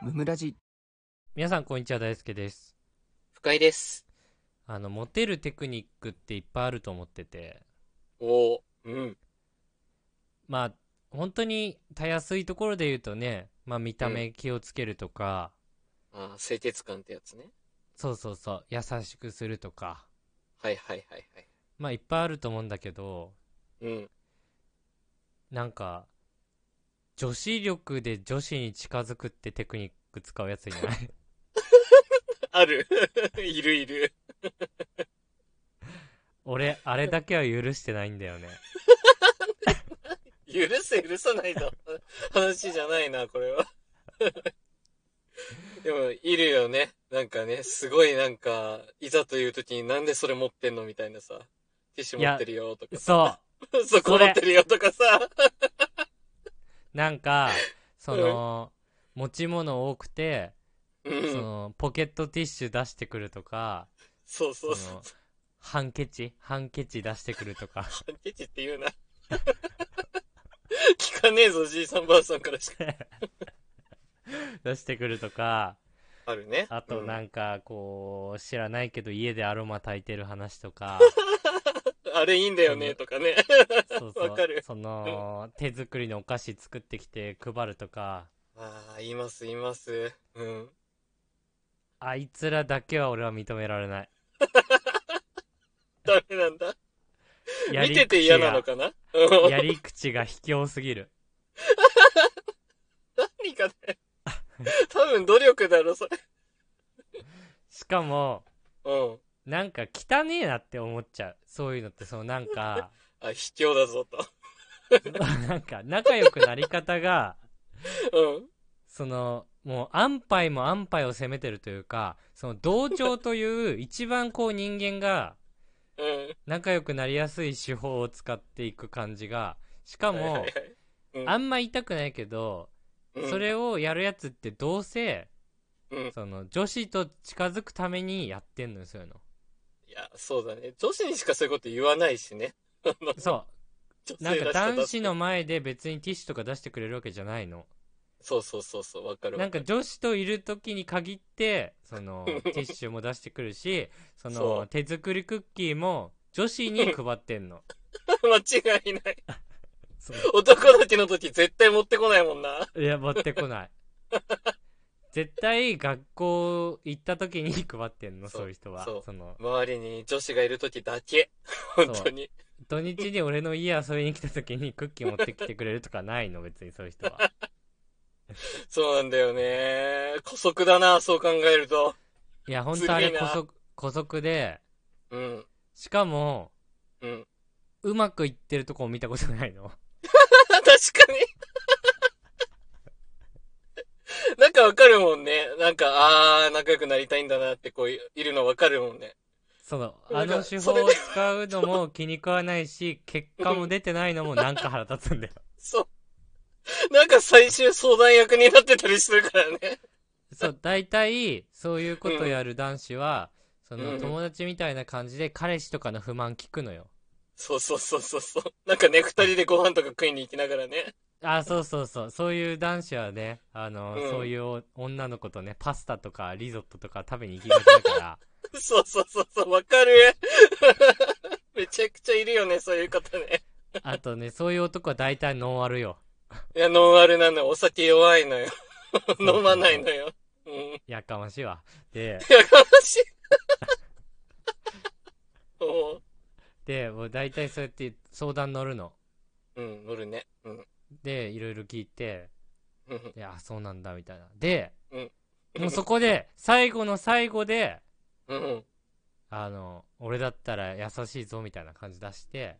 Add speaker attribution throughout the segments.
Speaker 1: ムムラジ
Speaker 2: 皆さんこんにちは大輔です
Speaker 3: 深井です。
Speaker 2: あのモテるテクニックっていっぱいあると思ってて
Speaker 3: おーうん。
Speaker 2: まあ本当にたやすいところで言うとね、まあ、見た目気をつけるとか、
Speaker 3: ああ、清潔感ってやつね。
Speaker 2: そうそうそう優しくするとか
Speaker 3: はいはいはいはい。
Speaker 2: まあいっぱいあると思うんだけど
Speaker 3: うん。
Speaker 2: なんか女子力で女子に近づくってテクニック使うやつい ない
Speaker 3: ある。 いるいる。
Speaker 2: 俺あれだけは許してないんだよね
Speaker 3: 許せ許さないと 話じゃないな、これは。 でも、いるよね。なんかね、すごいなんか、いざという時になんでそれ持ってんのみたいなさ。ティッシュ持ってるよとかさ。
Speaker 2: そう
Speaker 3: そこ持ってるよとかさ。
Speaker 2: なんかその、持ち物多くて
Speaker 3: う
Speaker 2: そ
Speaker 3: ん。
Speaker 2: のポケットティッシュ出してくるとか
Speaker 3: そうそう
Speaker 2: そ
Speaker 3: そう
Speaker 2: の。ハンケチハンケチ出してくると か
Speaker 3: パンケチって言うな。 聞かねえぞ、じいさんばあさんからしか。
Speaker 2: 出してくるとか
Speaker 3: あるね。
Speaker 2: あと
Speaker 3: うん
Speaker 2: なんかこう知らないけど家でアロマ炊いてる話と か
Speaker 3: あれいいんだよね、とかね。
Speaker 2: そうそう
Speaker 3: わかる
Speaker 2: その手作りのお菓子作ってきて配るとか
Speaker 3: ああ、言います、言います。うん。
Speaker 2: あいつらだけは俺は認められない
Speaker 3: ダメなんだ。
Speaker 2: や
Speaker 3: 見
Speaker 2: り
Speaker 3: てて嫌なのかなう
Speaker 2: 口
Speaker 3: ん
Speaker 2: がやり口が卑怯すぎる
Speaker 3: 何かね。多分努力だろ、それ。
Speaker 2: しかも
Speaker 3: うん。
Speaker 2: なんか汚ねえなって思っちゃうそういうのってそのなんか
Speaker 3: あ、卑怯だぞ、と。
Speaker 2: なんか仲良くなり方が
Speaker 3: うん。
Speaker 2: そのもう安牌も安牌を攻めてるというかその同調という一番こう人間が
Speaker 3: うん。
Speaker 2: 仲良くなりやすい手法を使っていく感じがしか
Speaker 3: はい
Speaker 2: も
Speaker 3: はいはいうん
Speaker 2: あんま言いたくないけど
Speaker 3: うん
Speaker 2: それをやるやつってどうせ
Speaker 3: うん
Speaker 2: その女子と近づくためにやってんのよそういうの
Speaker 3: いや、そうだね。女子にしかそういうこと言わないしね。
Speaker 2: そ
Speaker 3: 女
Speaker 2: うなん
Speaker 3: 性
Speaker 2: から
Speaker 3: しさ出
Speaker 2: 男
Speaker 3: して
Speaker 2: 子の。前で別にティッシュとか出してくれるわけじゃないの
Speaker 3: そうそうそうそう、わかるわ
Speaker 2: なんか女子といる時に限ってそ のティッシュも出してくるしその
Speaker 3: そう
Speaker 2: 手作りクッキーも女子に配ってんの
Speaker 3: 間違いない。
Speaker 2: そう
Speaker 3: 男だけの時絶対持ってこ ないもんな。
Speaker 2: いや持ってこない絶対学校行った時に配ってんの
Speaker 3: そう
Speaker 2: そういう人は
Speaker 3: そう
Speaker 2: その
Speaker 3: 周りに女子がいる時だけ。本当に。
Speaker 2: 土日に俺の家遊びに来た時にクッキー持ってきてくれるとかないの別にそういう人は
Speaker 3: そうなんだよね。古速だな、そう考えると。
Speaker 2: いや本当あれ
Speaker 3: ずるい
Speaker 2: 古
Speaker 3: な
Speaker 2: 速古速で
Speaker 3: うん。
Speaker 2: しかも
Speaker 3: うん。
Speaker 2: うまくいってるとこを見たことないの
Speaker 3: 確かに。なんかわかるもんね。なんか、あー、仲良くなりたいんだなって、こうい、いるのわかるもんね。
Speaker 2: そのあ
Speaker 3: なんか
Speaker 2: の手法を使うのも気に食わないし結果も出てないのもなんか腹立つんだよ
Speaker 3: そう。なんか最終相談役になってたりするからね。
Speaker 2: そう大体そういうことやる男子は、そうの
Speaker 3: ん
Speaker 2: 友達みたいな感じで彼氏とかの不満聞くのよ
Speaker 3: そうそうそうそうそう。なんかね、二人でご飯とか食いに行きながらね。
Speaker 2: あそうそうそうそういう男子はねあの、
Speaker 3: うん
Speaker 2: そういう女の子とねパスタとかリゾットとか食べに行きがちだから
Speaker 3: そうそうそうそう、わかる。 めちゃくちゃいるよね、そういう方ね。
Speaker 2: あとねそういう男は大体ノンアルよ
Speaker 3: いや、ノンアルなのよ。お酒弱いのよ。飲まないのよ。うん。
Speaker 2: やかましいわで
Speaker 3: やかましい。 お
Speaker 2: でもう大体そうやって相談乗るの
Speaker 3: ううん、乗るね。うん。
Speaker 2: でいろいろ聞いて
Speaker 3: うん
Speaker 2: いやそうなんだみたいなで、
Speaker 3: うん
Speaker 2: もうそこで最後の最後で
Speaker 3: うん。
Speaker 2: あの俺だったら優しいぞみたいな感じ出して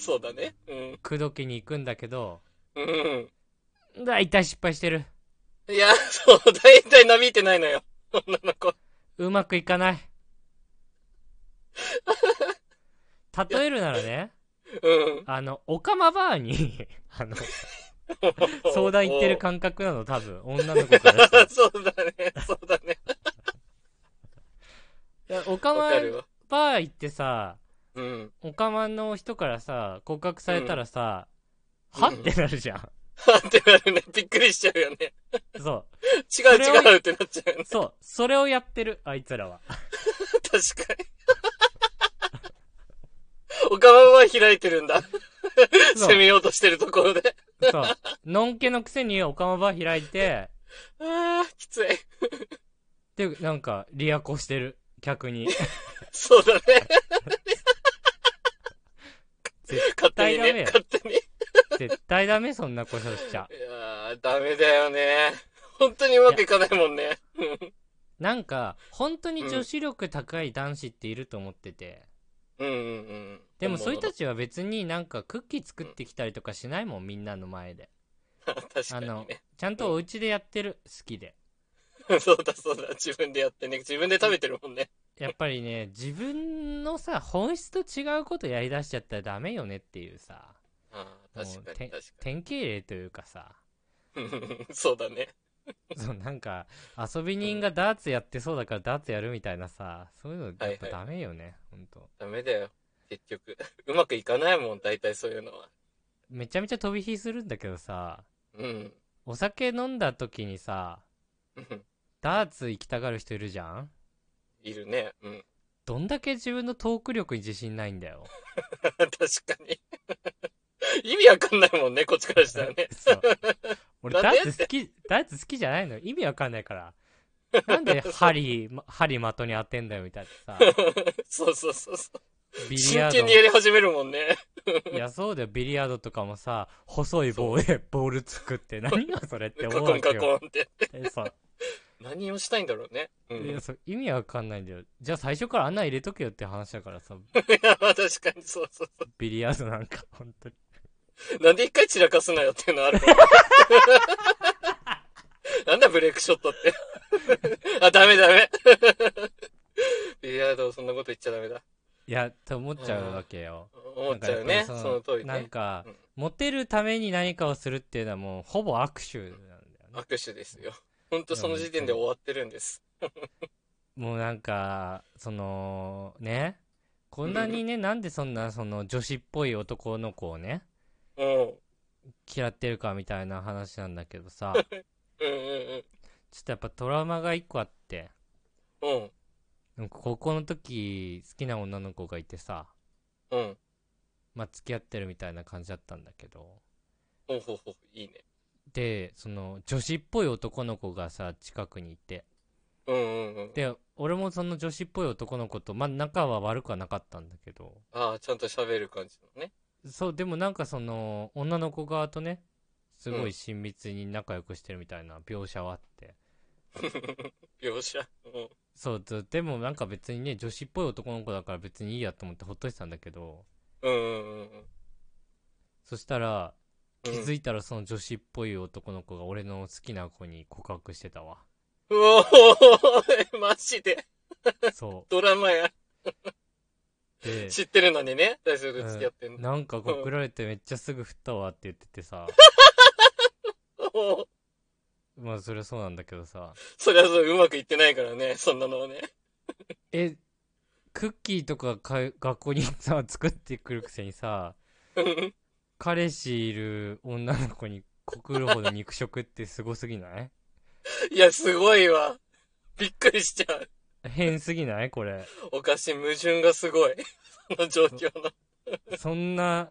Speaker 3: そうだね。うん。
Speaker 2: 口説きに行くんだけど
Speaker 3: うん。
Speaker 2: 大体失敗してる
Speaker 3: いや、そう、だいたいなびいてないのよ。女の子。
Speaker 2: うまくいかない例えるならね
Speaker 3: うん。
Speaker 2: あのオカマバーに あの相談行ってる感覚なの多分女の子からしたら
Speaker 3: そうだね。そうだね。
Speaker 2: いやオカ
Speaker 3: わ
Speaker 2: マ
Speaker 3: かるわ。
Speaker 2: バー行ってさ
Speaker 3: うん。
Speaker 2: オカマの人からさ告白されたらさ、
Speaker 3: うん
Speaker 2: はってなるじゃん
Speaker 3: はってなるね。びっくりしちゃうよね。
Speaker 2: そ
Speaker 3: 違う
Speaker 2: それを
Speaker 3: 違うってなっちゃうよね
Speaker 2: う。。そう。それをやってる、あいつら は。
Speaker 3: 確かに。おかまは開いてるんだ。
Speaker 2: そう
Speaker 3: 攻めようとしてるところで。
Speaker 2: そう。のんけのくせにおかまば開いて、
Speaker 3: ああ、きつい。
Speaker 2: で、なんか、リアコしてる。客に。
Speaker 3: そうだね。
Speaker 2: 絶
Speaker 3: 勝手
Speaker 2: 対
Speaker 3: に
Speaker 2: ダ
Speaker 3: ね。
Speaker 2: メよ。
Speaker 3: 勝手に。い
Speaker 2: 絶対ダメ、そんな故障しちゃ。
Speaker 3: やー、ダメだよね。本当にうまくいかないもんね。
Speaker 2: なんか、本当に女子力高い男子っていると思ってて。
Speaker 3: うんうんうん。
Speaker 2: でも、そういう人
Speaker 3: 本
Speaker 2: たちは別になんか、クッキー作ってきたりとかしないもん、みんなの前で。
Speaker 3: 物だ確か
Speaker 2: あ
Speaker 3: に
Speaker 2: の
Speaker 3: ね。、
Speaker 2: ちゃんとお家でやってる。好きで。
Speaker 3: そうだそうだ。自分でやってね。自分で食べてるもんね。
Speaker 2: やっぱりね、自分のさ、本質と違うことやりだしちゃったらダメよねっていうさ、
Speaker 3: ああ、
Speaker 2: もう
Speaker 3: 確か
Speaker 2: て
Speaker 3: に確
Speaker 2: 典型例というかさ、
Speaker 3: かに。そうだね。
Speaker 2: そうなんか、遊び人がダーツやってそうだからダーツやるみたいなさ、そういうのやっぱダメよね、ほんと。
Speaker 3: ダメだよ。結局。 うまくいかないもん、大体そういうのは。
Speaker 2: めちゃめちゃ飛び火するんだけどさ、
Speaker 3: うん。
Speaker 2: お酒飲んだ時にさ、
Speaker 3: うん
Speaker 2: ダーツ行きたがる人いるじゃん
Speaker 3: いるね。うん。
Speaker 2: どんだけ自分のトーク力に自信ないんだよ。。
Speaker 3: 確かに。 意味わかんないもんね、こっちからしたらね
Speaker 2: そう俺ダ
Speaker 3: なんで
Speaker 2: ーツ好き、ダーツ好きじゃないの意味わかんないから。なんで針、ま針的に当てんだよみたいなさ。
Speaker 3: そうそうそうそ
Speaker 2: ビリ
Speaker 3: う。真
Speaker 2: ヤー
Speaker 3: 剣にや
Speaker 2: ド。
Speaker 3: り始めるもんね。
Speaker 2: いや、そうだよ。ビリヤードとかもさ、細い棒でボール作って、何がそれって
Speaker 3: カ
Speaker 2: 思うわ
Speaker 3: コン
Speaker 2: け
Speaker 3: カコン
Speaker 2: よ。
Speaker 3: って。
Speaker 2: えそう
Speaker 3: 何をしたいんだろうね。う
Speaker 2: い
Speaker 3: ん。い
Speaker 2: や
Speaker 3: や、
Speaker 2: そう意味わかんないんだよ。じゃあ最初から穴入れとけよって話だからさ、
Speaker 3: まあ 確かにそうそうそ
Speaker 2: ビリヤードなんか、 本当に。
Speaker 3: う。なんで一回散らかすなよっていうのあるもん なんだブレイクショットって。 あ、ダメダメ。ビリヤードそんなこと言っちゃダメだ。
Speaker 2: いや、と思っちゃうわけよ。
Speaker 3: 思っちゃうね。
Speaker 2: な
Speaker 3: そ
Speaker 2: んかや
Speaker 3: の
Speaker 2: っぱ
Speaker 3: 通
Speaker 2: り
Speaker 3: り
Speaker 2: なん
Speaker 3: ね。
Speaker 2: か
Speaker 3: うん、
Speaker 2: モテるために何かをするっていうのはもう、ほぼ握手なんだよね。
Speaker 3: 握手ですよ。ほんとその時点で終わってるんです。
Speaker 2: もうなんか、その、ね。こんなにね、なんでそんな、その、女子っぽい男の子をね、
Speaker 3: うん。
Speaker 2: 嫌ってるかみたいな話なんだけどさ、ちょ
Speaker 3: うんうん
Speaker 2: っとやっぱトラウマが一個あって、
Speaker 3: うん。うん。
Speaker 2: なんか高校の時、好きな女の子がいてさ、
Speaker 3: うん。
Speaker 2: まあ、付き合ってるみたいな感じだったんだけど、
Speaker 3: ほうほうほう。いいね。
Speaker 2: で、その、女子っぽい男の子がさ、近くにいて、
Speaker 3: うんうんうん。
Speaker 2: で、俺もその女子っぽい男の子と、まあ、仲は悪くはなかったんだけど、
Speaker 3: ああ、ちゃんと喋る感じのね。
Speaker 2: そうでもなんかその女の子側とねすごい親密に仲良くしてるみたいな描写はあって、
Speaker 3: 描写。うん。
Speaker 2: そうずでもなんか別にね女子っぽい男の子だから別にいいやと思ってほっとしてたんだけど
Speaker 3: うんうんうんうん。
Speaker 2: そしたら気づ
Speaker 3: い
Speaker 2: いたらその女子っぽい男の子が俺の好きな子に告白してた わ
Speaker 3: うおーマジで。
Speaker 2: そ
Speaker 3: ドラマや。
Speaker 2: うで
Speaker 3: 知ってるのにね。大丈夫付き合ってんの。
Speaker 2: なんか告られてめっちゃすぐ振ったわって言ってて さ
Speaker 3: おー
Speaker 2: まあそれはそうなんだけどさ
Speaker 3: そりゃそう、うまくいってないからね。そんなのはね。
Speaker 2: えクッキーとかか学校にさ作ってくるくせにさ
Speaker 3: うん
Speaker 2: 彼氏いる女の子に告るほど肉食ってすごすぎない
Speaker 3: いや、すごいわ。びっくりしちゃう。
Speaker 2: 変すぎないこれ。
Speaker 3: おかしい。矛盾がすごい。その状況の。
Speaker 2: そんな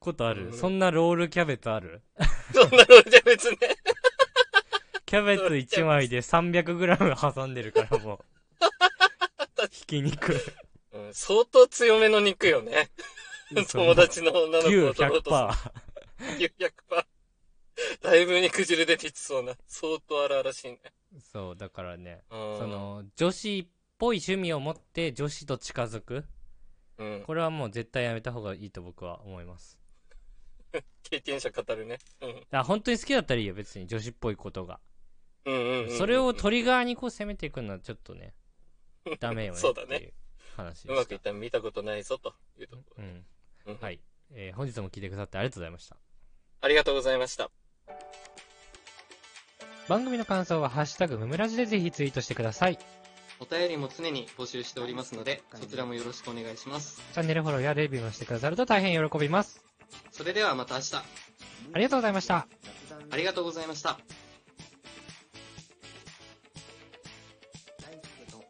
Speaker 2: ことある、
Speaker 3: うん
Speaker 2: そんなロールキャベツある
Speaker 3: そんなのじゃ別ね。
Speaker 2: キャベツ1枚で 300g 挟んでるからもう。 ひき肉。
Speaker 3: うん、相当強めの肉よね。友達の女の子
Speaker 2: 牛
Speaker 3: を取ろうとする
Speaker 2: 100%。
Speaker 3: 900%。だいぶ肉汁出てきそうな。相当荒々しいね。
Speaker 2: そう、だからね、
Speaker 3: うん。
Speaker 2: そ、の、女子っぽい趣味を持って女子と近づく。
Speaker 3: うん。
Speaker 2: これはもう絶対やめた方がいいと僕は思います。
Speaker 3: 経験者語るね。うん。
Speaker 2: あ、本当に好きだったらいいよ、別に女子っぽいことが。
Speaker 3: うんうん、うん。
Speaker 2: それをトリガーにこう攻めていくのはちょっとね、ダメよね。
Speaker 3: そうだね
Speaker 2: ってい話
Speaker 3: う
Speaker 2: で
Speaker 3: ま
Speaker 2: し
Speaker 3: くい
Speaker 2: た
Speaker 3: っ。たら見たことないぞ、というとこ
Speaker 2: う
Speaker 3: ろ。
Speaker 2: ん。
Speaker 3: うん。
Speaker 2: はいい。えー本日も聞いてくださってありがとうございました。
Speaker 3: ありがとうございました。
Speaker 2: 番組の感想はハッシュタグムムラジでぜひツイートしてください。チ
Speaker 1: お便りも常に募集しておりますので、そちらもよろしくお願いします。
Speaker 2: ャンネルフォローやレビューもしてくださると大変喜びます。
Speaker 1: それではまた明日。
Speaker 2: ありがとうございました。
Speaker 3: ありがとうございました。
Speaker 4: 大輔と二人の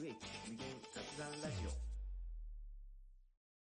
Speaker 4: 無益無限雑談ラジオ